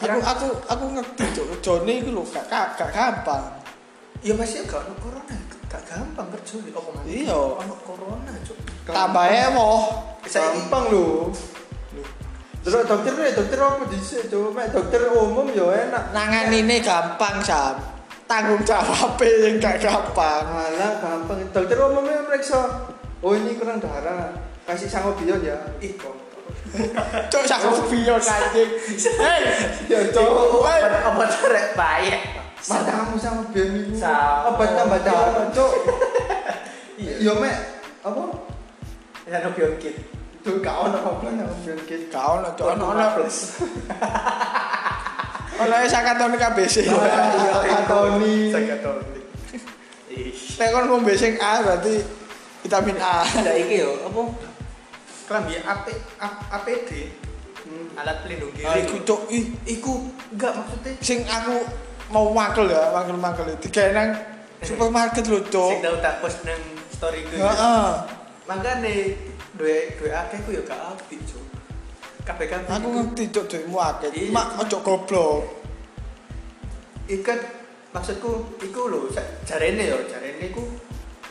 Aku aku aku ngerti, Cuk. Jone iku lho gak gak gak gampang.
Ya masih gak ono corona, gak gampang kerja di opo mana?
Iya.
ono corona cuk.
Tambah emoh.
Gampang lho. Terus dokter ya dokter apa dhisik, Cuk? Mek dokter umum ya enak.
Nanganine gampang, Sam. Tanggung jawabe yang gak gampang.
Malah gampang. Dokter umumnya meriksa. Oh ini kurang darah. Kasih sangobion ya.
Ih kok.
Cuk, aku biyon anjing. Hei,
Ya
Cuk,
cowok.
obat obat rek baik.
Matamu sangobion itu.
Sangobion.
Obat tambah darah cok.
Iya.
Ya mek apa?
Ya no biongkit.
Tuh gak ono apa sangobion kit.
gak ono, Cuk. Ono ono.
plus.
Ono sakatone KBC.
Sakatoni.
Sakatoni. Ih.
Nek kon ngombe sing A berarti vitamin A.
Lah iki yo apa? Klambi AP ya, A- APD alat pelindung
Ah, iku
diri.
cuk, ih, iku
Enggak maksudnya
sing aku mau makel ya, makel-makel itu kayak nang
Eh.
supermarket lho,
sing
Cuk.
tau tak post nang story ku. ya.
Heeh.
Makane duwe duwe akeh ku yo gak apik cuk. Kabeh kan
Aku ngerti cuk duitmu akeh.
Iya.
Mak ojo goblok.
ikan maksudku iku lho sa- jarene yo jarene iku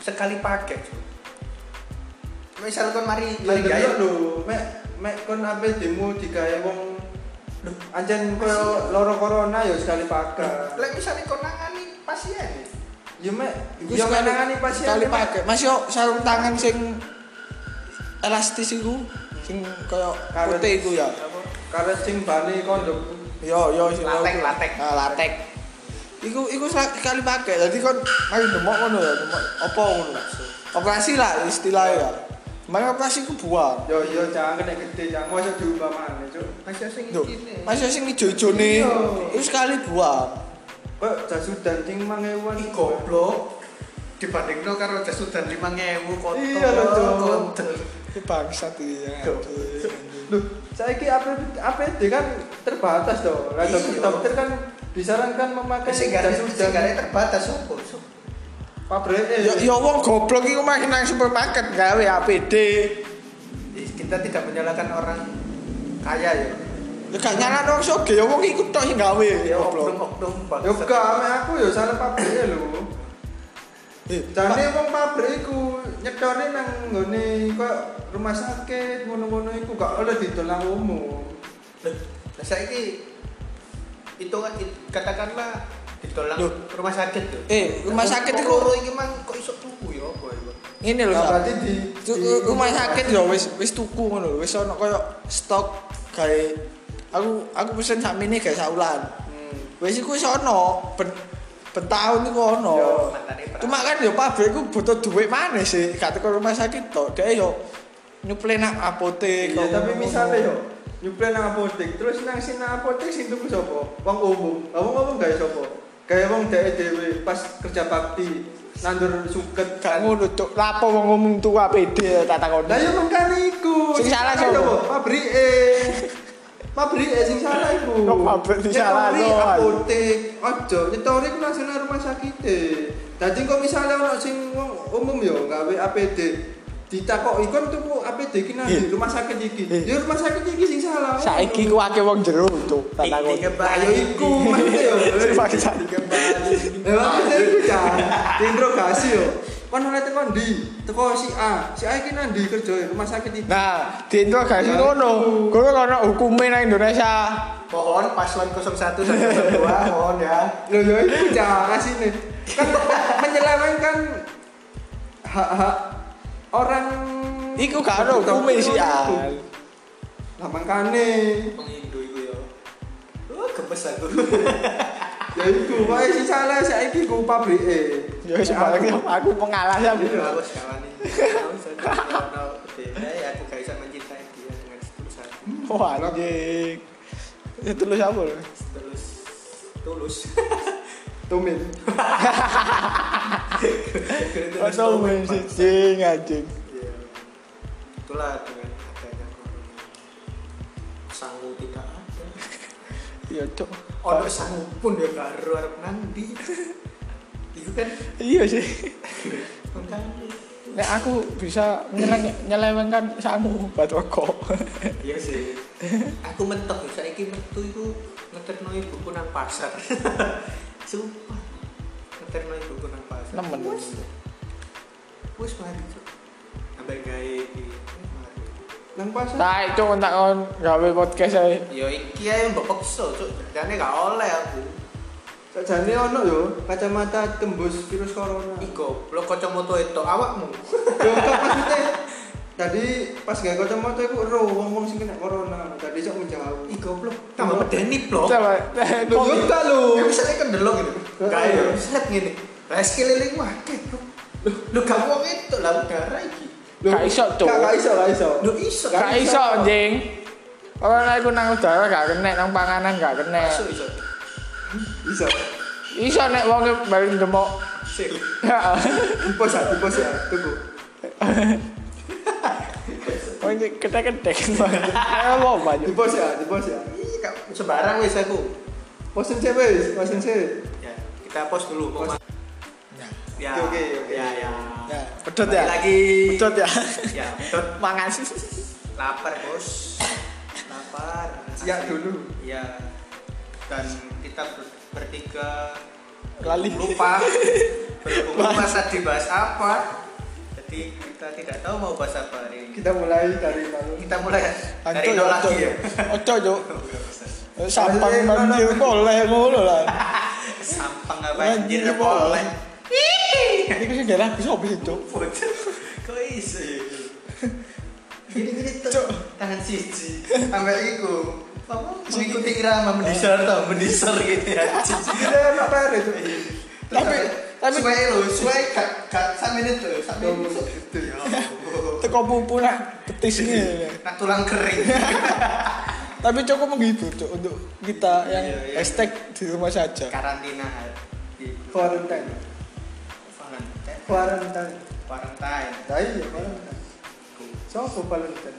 sekali pakai cuk. Misal kon mari mari
Lagi ayo
gayo
lho. Mek mek kon ape demo digawe wong
Duh.
Anjen koyo loro corona ya sekali pakai.
lek misale kon nangani pasien.
Ya mek,
Iku
ya mek
sekali-
nangani pasien.
Sekali
ya, Mek.
pakai. Mas yo sarung tangan sing elastis iku sing koyo
Karet.
putih iku ya.
Karena sing bani kondom.
Yo yo sing
Latek,
iku.
latek.
Ah, latek. Iku iku sekali pakai. Jadi kon mari demok ngono ya, demok apa ngono. Operasi lah istilahnya ya. Mana operasi ku buang.
Yo yo jangan kena gede, jangan masuk diubah mana, Cuk.
Masih sing
Duh,
ini.
masih sing ijo-ijo nih.
Iya.
Itu sekali buang.
Kok jasudan ting mangewan
Ih, goblok. Dibandingno karo jasudan 5000 kotor.
Iya, lho, Cok.
kotor.
Itu bangsat iki ya.
Duh.
Aduh.
Loh, saiki APD, APD kan terbatas toh. Lah
Iya.
dokter, dokter kan disarankan memakai
Sing gak sing
jasudan
gak terbatas opo. Cok?
pabrik.
Ya ya wong goblok iku makin nang supermarket gawe APD.
Ih, Kita tidak menyalahkan orang kaya ya.
Ya gak nyala dong soge ya wong iku tok sing gawe
Ya
Iya, goblok.
oknum-oknum
Yo gak ame aku yo salah pabrike lho.
Eh,
Jane wong pabrik iku nyedone nang nggone kok rumah sakit ngono-ngono iku gak oleh didol umum.
Nah, saiki itu katakanlah ditolak
Loh.
rumah sakit tuh.
Eh, rumah sakit iku-
iki mang kok iso tuku ya apa ya?
Ini lho. Sa.
Lah Nah, berarti di,
Itu
di
rumah sakit ya wis wis tuku ngono lho. wis ono koyo stok gawe aku aku pesen sakmene gawe saulan.
Hmm.
Wis iku wis ono ben ben taun iku ono.
Ya,
mantane pra-
Cuma kan yo pabrik ku butuh duit mana sih? Gak teko rumah sakit tok. Dek yo nyuplai nang apotek.
Iya,
kok
tapi
ngono.
misalnya yo nyuplai nang apotek, terus nang sini apotek sing tuku sapa? Wong umum. Lah wong umum gawe sapa? Gawe wong dhek dhewe pas kerja bakti nandur suket
gak ngono cuk. Lapo wong ngomong tuku APD ya, tak takon.
Lah yo mengkane iku.
Sing salah
Kan
sapa?
apa? Pabrike. Pabrike sing salah iku.
Kok pabrik disalahno,
Nyetori
ayo.
Apotek, ojo nyetori ku langsung nang rumah sakit. Dadi kok misalnya ono sing wong umum yo gawe APD ditakoki kon tuku APD iki nang
Eh.
di rumah sakit iki.
Eh.
Yo rumah sakit iki sing salah.
Saiki ku akeh wong jero cuk. Tak takon.
Tinggi
Lah yo iku ya? maksudnya yo.
Paksa.
Lewat itu kan, diinterogasi yo. Kon oleh teko ndi? Teko si A. Si A iki nang ndi kerja ya? rumah sakit iki.
Nah, diintro gak sih ngono. Kowe ono hukume nang Indonesia.
Mohon paslon 01 dan 02 mohon ya.
Loh, ya itu cara sih nih. Kan menyelewengkan hak-hak orang
Iku gak ono hukume sih ah.
Lah makane
Mengindu iku ya. Oh, gemes aku.
Iya.
ya iku wae sih salah saiki ku pabrike.
Ya sebaliknya aku pengalah ya.
Aku harus kawan ini. Aku sadar kalau beda, Nah, aku gak bisa mencintai dia dengan setulus hati.
Wah, anjing. Ya tulus apa lho?
Setulus tulus.
Tumin.
Tulus
Ono men
tulus.
siji anjing.
Iya. Itulah dengan adanya corona. Sangu tidak ada.
Ya cuk.
Ono sangu pun ya baru arep nanti. Itu kan
Iya sih.
makanya.
Nek aku bisa nyeleng- nyelewengkan sangu buat rokok.
Iya sih. Aku mentok ya saiki metu iku ngeterno e buku nang pasar. Sumpah. Ngeterno e buku nang pasar.
Nemen.
Wes. Wes mari. Cuk. Sampai gawe iki. Mari.
Nang pasar.
Tak Nah, itu tak on gawe podcast ae.
Yo Ya iki ae mbok peksa, Cuk. Jane gak oleh aku.
Sajane ono yo kacamata tembus virus corona.
Iki goblok kacamata itu awakmu.
Yo kok maksudnya tadi pas gawe kacamata iku ero wong-wong sing kena corona. Tadi sok menjauh.
Iki goblok tambah medeni blok.
Coba.
Lho yo tak lho.
Ya bisa nek kendelok gitu. Gak
Heeh.
ya, set ngene. Res keliling wah blok. Lho, lho gak wong itu lah darah iki.
Gak iso, Cuk.
Gak gak iso, gak iso.
Lho iso
Gak iso anjing. Ora aku nang udara gak kena nang panganan gak kena.
Iso iso.
Iso.
Iso nek wong bali demok.
Sik.
Tipe ya, tipe ya. Tunggu.
Wong Oh, ketek-ketek. Eh, Apa banyak.
Tipe ya, tipe ya.
Ih, gak sembarang wis aku.
Posen C wis, posen C.
Ya, kita pause dulu. Pause. Ya.
Oke, oke, oke.
Ya, ya.
Ya, pedot
Kembali
ya.
Lagi.
Pedot ya.
Ya, pedot.
Mangan.
Lapar, Bos. Lapar.
Siap dulu.
Iya. Dan kita ber- bertiga
Lali.
lupa berhubung pas tadi bahas apa. Jadi kita tidak tahu mau bahas apa hari ini.
Kita mulai dari mana?
Kita mulai dari
Ancuk,
nol
ancuk.
lagi ya.
Ojo, Cuk. Sampang banjir boleh ngono lah.
Sampang nggak banjir
Banjir,
boleh.
Iku sing daerah bisa opo sih, Cuk?
Bocah, kok iso ya? Gini-gini
Cuk.
tuh, tangan siji, sampai iku Apa? Mengikuti irama, mendisar tau, mendisar gitu ya
Kita enak PR itu.
Tapi tapi
Suwe lho, suwe gak, gak sampe ini tuh, sampe ini tuh gitu ya
teko pupu nak betis ini. ya,
Nah tulang kering
tapi cukup menghibur Cuk, untuk kita yang
Iya, iya.
hashtag di rumah saja
karantina di
Quarantine.
Valentine
Quarantine.
Quarantine
Nah, iya, quarantine. Siapa quarantine?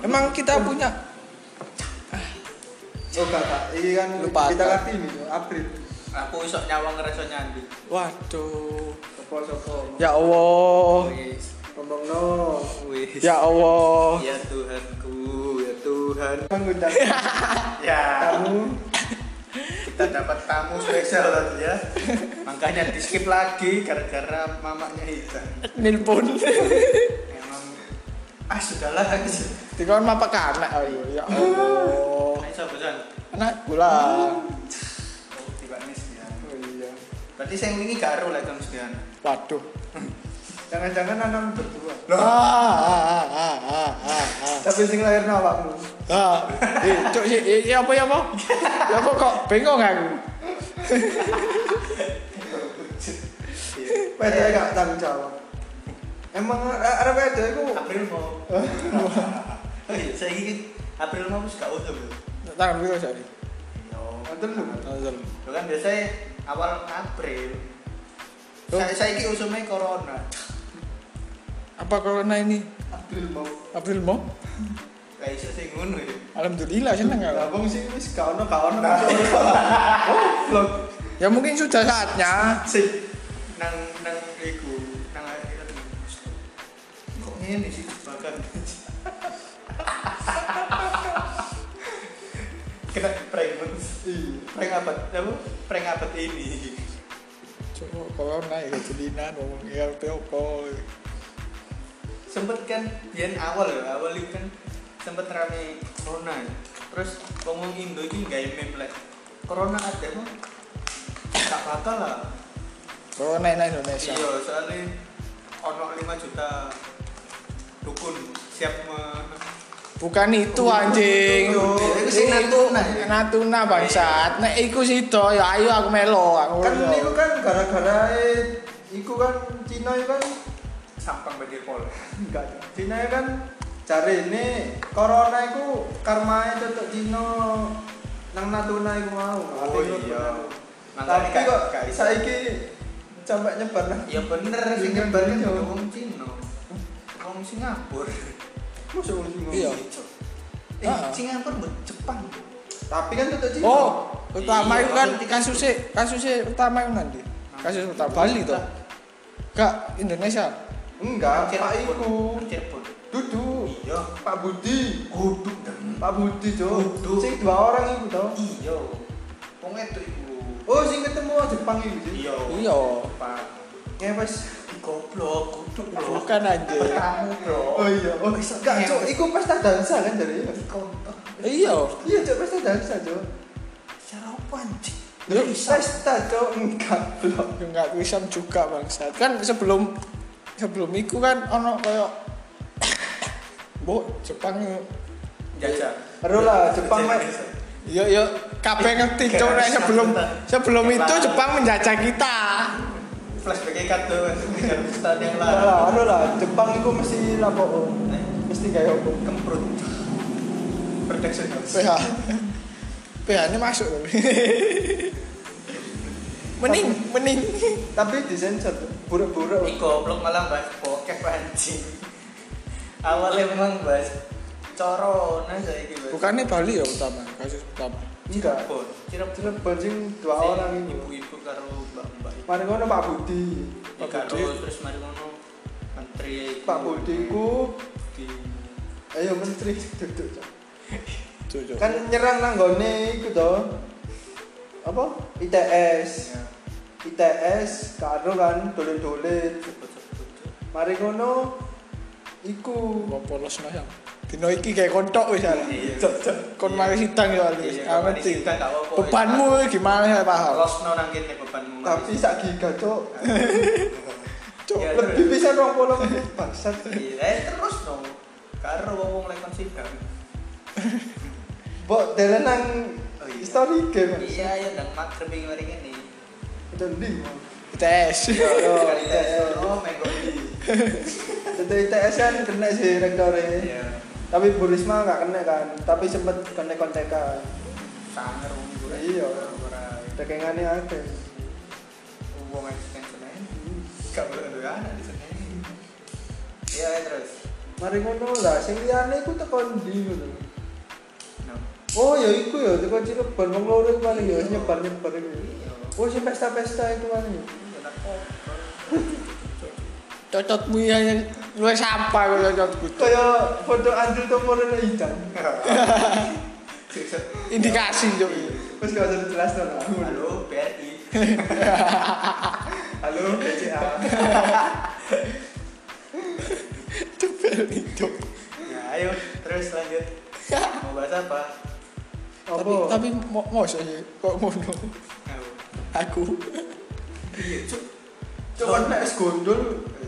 emang kita punya
Oh, kakak. Ini kan
Lupa.
kita kartini, Cok. April.
aku isok nyawang ngerasa nyambi
waduh
Sopo-sopo.
ya allah
Wis.
Ngomong no.
Wis.
ya allah
ya Tuhanku ya Tuhan
Mengundang
ya
kamu.
kita dapat tamu spesial tadi ya makanya di skip lagi gara-gara mamanya hitam
nelpon
emang ah sudahlah
dikon apa kanak ayo ya allah
Nah, iso bosan.
anak pula
Oh, tiba nih sekian.
Oh, iya.
Berarti saya ini gak aru lah kan sekian.
waduh
Jangan-jangan anak berdua.
ah ah ah ah ah ah ah
Tapi sing lahir awakmu.
ah eh cuk sih eh, ya apa ya apa ya apa kok bengong aku
Iya.
Pede
Eh,
e gak tanggung jawab. Emang arep pede iku
April mau. Oh iya, saya ini April mau wis gak usah bro.
tangan biru sorry
Yo.
ngoten lho.
Tangan.
Lo kan biasanya awal April.
Oh.
Saya saya ini usumnya corona.
apa corona ini
April mau.
April mau
Lah iso sing ngono ya.
alhamdulillah seneng aku
Lah wong sing wis gak ono gak ono.
Nah,
Oh, blok.
ya mungkin sudah saatnya
Sing nang nang iku nang akhirat. Kok ngene sih bahkan. Kena prank banget.
Iya.
prank abad apa prank abad ini
Cuk, corona ya jelinan ngomong ya apa
sempet kan biar awal ya awal itu kan sempet rame corona ya. terus ngomong Indo itu nggak meme like corona ada mah tak bakal lah
corona ini Indonesia
iya soalnya ono 5 juta dukun siap me
bukan itu anjing
Oh, itu sing Natuna ya?
natuna bangsat nek iku sido ya ayo aku melo aku
oh,
Kan
iya.
melo.
niku kan gara-gara eh, iku kan Cina iku kan
sampang banjir pol
enggak. Cina iku kan cari ini corona iku karmae cocok Cina nang Natuna iku mau.
Oh, iya. Makanya
Tapi
gak-
kok
gak iso.
saiki sampai nyebar nang
ya bener sing
Iya,
nyebar kan
iya.
ya wong Cina wong Singapura
musuh Cina.
Iya.
eh
Ah.
Singapura buat Jepang
Tapi kan cocok Cina.
oh pertama
Iya,
itu kan
berarti-
kasusnya kasusnya pertama itu nanti kasus pertama Bali toh gak Indonesia
Enggak, Ah, Pak Uh. iku.
Nang Cirebon
Dudu.
Iya.
Pak Budi.
Kudu dan
Pak Budi, Cuk.
Dudu.
Sing dua orang iku tau.
iya. Wong itu iku.
Oh, sing ketemu Jepang iku sih.
Iya.
Iya.
Pak.
Ngepes.
Goblok, kudu blok.
bukan anjing
Bertamu, Bro.
Oh iya. Oh, enggak, Cuk. Iku pesta dansa kan dari iya.
Kontok.
iya
Iya, Cuk, pesta dansa, Cuk.
Cara apa anjing?
Iya.
Pesta, Cuk. Enggak, blok.
Ya nggak bisa juga bangsat kan sebelum sebelum iku kan ono kayak Bo, Jepang yo
Jajak.
Baru lah, Jepang,
Jajak
Mek.
bisa.
yo yo kabeh ngerti cok nek sebelum sebelum itu Jepang menjajah kita.
Flashback kan, ikat tuh. Ikat Ustaz yang
Ora lah,
lain.
ora lah. Jepang iku mesti lapo. Mesti gaya opo.
Kemprut. Production house.
PH. PH ini masuk tapi. Mending, mending.
Tapi disensor, Cuk. Buruk-buruk.
Ih, goblok malah bahas bokep anjing. Awalnya memang bahas corona saya gitu.
Bukannya Bali ya utama, kasus utama.
Enggak.
Cirebon. Cirebon.
Cirebon sing dua
Sing
orang iku.
ibu-ibu karo mbak-mbak itu.
Mari ngono Pak Budi.
Ya,
Pak
karo
Budi.
terus mari ngono menteri
Pak Budi ku
di
ayo menteri duduk. Cok.
Cuk, cuk.
Kan nyerang nang gone iku to. Apa? ITS.
ya,
ITS karo kan dolen-dolen.
sebut-sebut.
Mari ngono iku
Mau polos no ya. Dino iki kayak kontok wis ala.
Iya.
Cuk, cuk. Kon mari sidang ya Ali.
Iya,
Aku
mari
ngerti.
sidang, gak apa-apa.
Bebanmu gimana saya paham.
Losno nang kene bebanmu.
tapi sak giga cok
Cuk.
Ya, terus.
lebih bisa rong polo bangsat
Iya, eh, terus dong. Karo wong-wong lekon sidang.
mbok delen nang
Oh, iya.
story game
Iya, ya nang magrib iki mari kene.
udah ndi Mas?
Tes.
Yo,
Yo, iya,
yo,
iya.
oh, mengko iki.
Tentu ITS kan kena sih rektore
Iya.
tapi Bu Risma nggak kena kan tapi sempet kena kontekan
sangar wong iku rek.
Iya.
ora
tekengannya ada
wong extension ae gak boleh duwe anak di sini iya ae, terus
mari ngono lah sing liyane iku tekan ndi ngono
no
oh ya iku ya tekan Cirebon wong loro iku paling ya nyebar-nyebar iku
iya
oh sing pesta-pesta itu kan ya
iya narkoba.
cocotmu ya yang lu sampah kok cocotku
kaya foto anjir temporen hitam
Sukses.
indikasi cok
terus gak usah dijelasno lah
halo BRI
halo BCA
tebel cok
ya ayo terus lanjut mau bahas apa
tapi
opo
tapi mo- mos aja kok ngono
Ngau.
aku
iya cuk
coba nek es gondol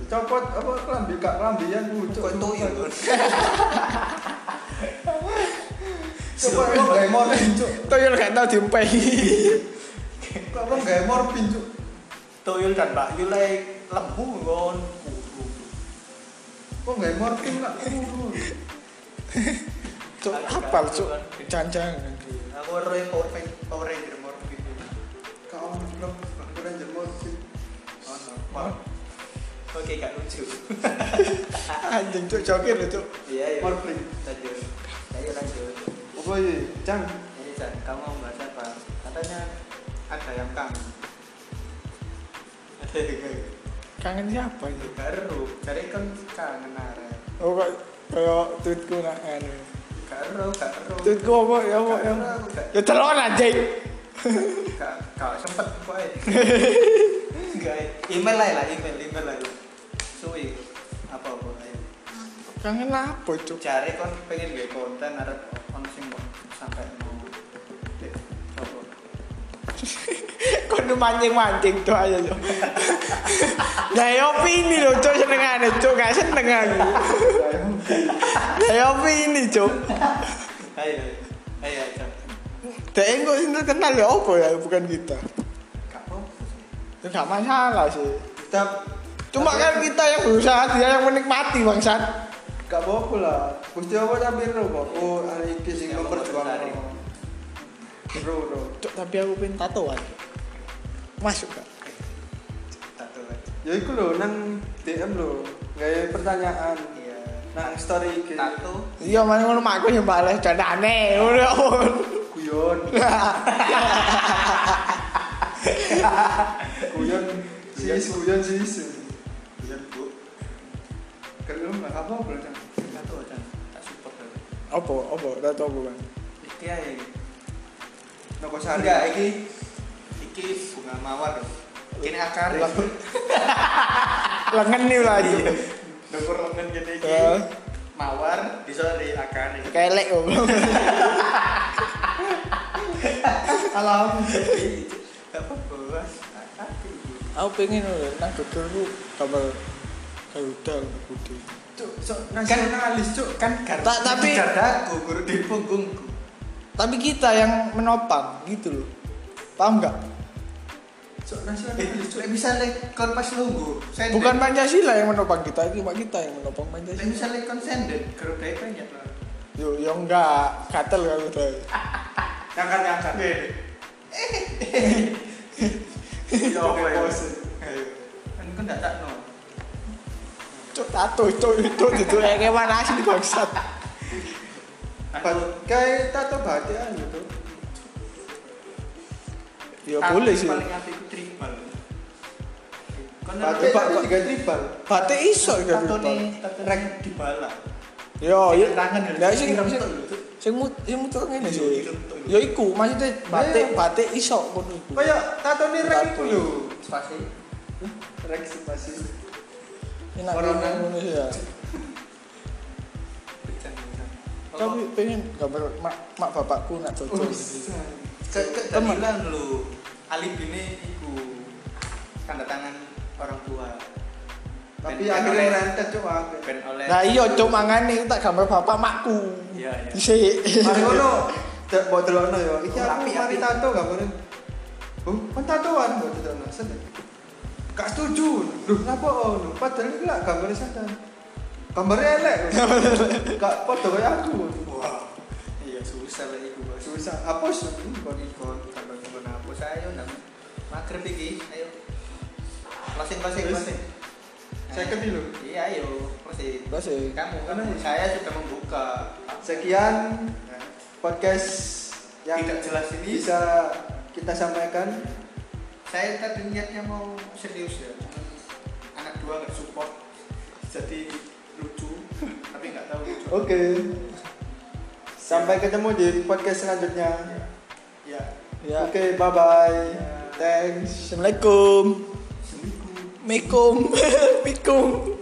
copot apa klambi kak klambian bu
kok itu ya Lur?
coba kok gak mau pincuk
toyol gak tau diumpehi
kok kok gak mau pincuk
Tuyul dan Pak Yul like lembu kon.
kok gak mau pincuk kok
cok apal cok jangan-jangan
Aku roy Power Ran- Power Ranger Morbid.
kau belum kurang jemur sih
Oh, no. Oke, gak lucu.
anjing cok jokin lu cok
Iya,
mau
yuk.
pincuk
Lanjut. Ayo lanjut.
apa ya cang
Ini Jan, kamu mau bahas apa? Katanya ada yang kangen. Ada yang kangen.
kangen siapa ya
Baru, dari kan kangen arek.
oh kok kayak tweetku nak anu
Gak ero, gak ero.
tweetku apa ya apa
Gak
ya
ero,
apa?
aku gak-
ya telon anjing
gak gak sempet kok eh. Gak, email aja lah email email aja suwi apa apa ayo
kangen apa cok
cari kon pengen gue konten arep kon sing mau sampai mau Dek, apa
kok nu mancing-mancing cok aja cok Lah ya opini lho cok senengane cok gak seneng aku. Lah ya opini cok.
ayo ayo ayo Cak.
Dek engko sing terkenal ya apa ya bukan kita.
gak apa
Itu gak masalah sih.
kita
Cuma kan kita yang berusaha dia yang menikmati bangsat.
gak apa-apa lah gusti apa tapi ro kok oh hari ini sing
Gak apa-apa,
memperjuangkan ro ro
Cok tapi aku pengen tatoan. Masuk gak?
tato aja
ya itu loh nang DM loh gak pertanyaan
iya
nang story IG
tato
Iya, mana ngono makku yang bales jandane ngono.
guyon guyon sis guyon sis
bisa bu
kalau nggak apa apa kan
tato aja tak support aja
Apa? Apa? Tato apa, Bang?
iki aja
nopo sari
enggak iki iki bunga mawar ini akar
Lah. Lengen nih lah itu.
Dokter lengan gini iki
Eh.
mawar bisa diakani.
Kelek kok.
alam
Gak apa-apa, Mas. Akati.
Aku pengen lho nang gegelku gambar Garuda lho, putih.
cuk cuk nasionalis cuk
Kan gar
Ta- tapi-
itu dadaku guru di punggungku.
Tapi kita yang menopang gitu loh. Paham nggak?
cuk
Eh,
nasionalis cuk
lek bisa lek kon pas lungguh. Senden.
Bukan Pancasila yang menopang kita, cuma kita yang menopang
lek
Pancasila.
bisa lek kon senden, guru dai penyet.
Yo, yo enggak, gatel kan kita.
nyangkat nyangkat
Iya,
ya apa ya
Kan kon ndak takno.
Cuk tato, cuk itu itu kayak kewan asli bangsat.
Aku
kayak tato batian gitu
Ya
aku
boleh
yang
sih.
Paling apik tribal. Kan Kon
batik
Pak,
tapi
Pak.
tiga tribal
Batik iso ya
tato
Garuda.
nih, tato rek dibala.
Yo, yo.
Sing tangan ya.
Lah sing
Ireng
sing
tok lho.
sing mut sing muter
Iya,
ngene sih.
ireng tok lho.
Yo iku maksudnya batik
Iya.
batik iso ngono iku.
kayak tato nih rek itu
Tato.
lho
Spasi.
rek spasi
Enak
Corona.
ngono sih ya. Tapi pengen gambar mak mak bapakku nak cocok. Temen.
teman lu alibine iku tanda tangan orang tua
tapi
Ben-
akhirnya
ben-
rentet cuk aku
ben oleh
Nah iya cuk mangane tak gambar bapak makku.
Iya, iya.
Dhisik.
Mari ngono, cek mbok delokno ya. Iki aku
Api,
mari
api.
tato gak boleh. Oh, kan tatoan mbok delokno. oh, Sedek. Gak setuju. Duh, kenapa ono? Padahal iki lak gambare setan. gambarnya elek gak podo kayak aku
Wah, iya susah lah itu bos.
susah Hmm, hapus
Kon ikon tambah kon apa saya nang magrib iki, ayo. Closing closing
Wis.
closing.
Saya ke dulu.
Iya, ayo. Closing.
Terus sih.
Kamu kan
Mana?
saya sudah membuka.
sekian
Nah,
podcast yang
tidak jelas ini.
bisa kita sampaikan
Saya tadi niatnya mau serius ya. cuman Anak dua nggak support. Jadi lucu, tapi nggak tahu lucu.
oke sampai ketemu di podcast selanjutnya
Ya. Ya.
Ya.
oke bye bye thanks
Assalamualaikum.
Seminggu.
Mikum. Mikum.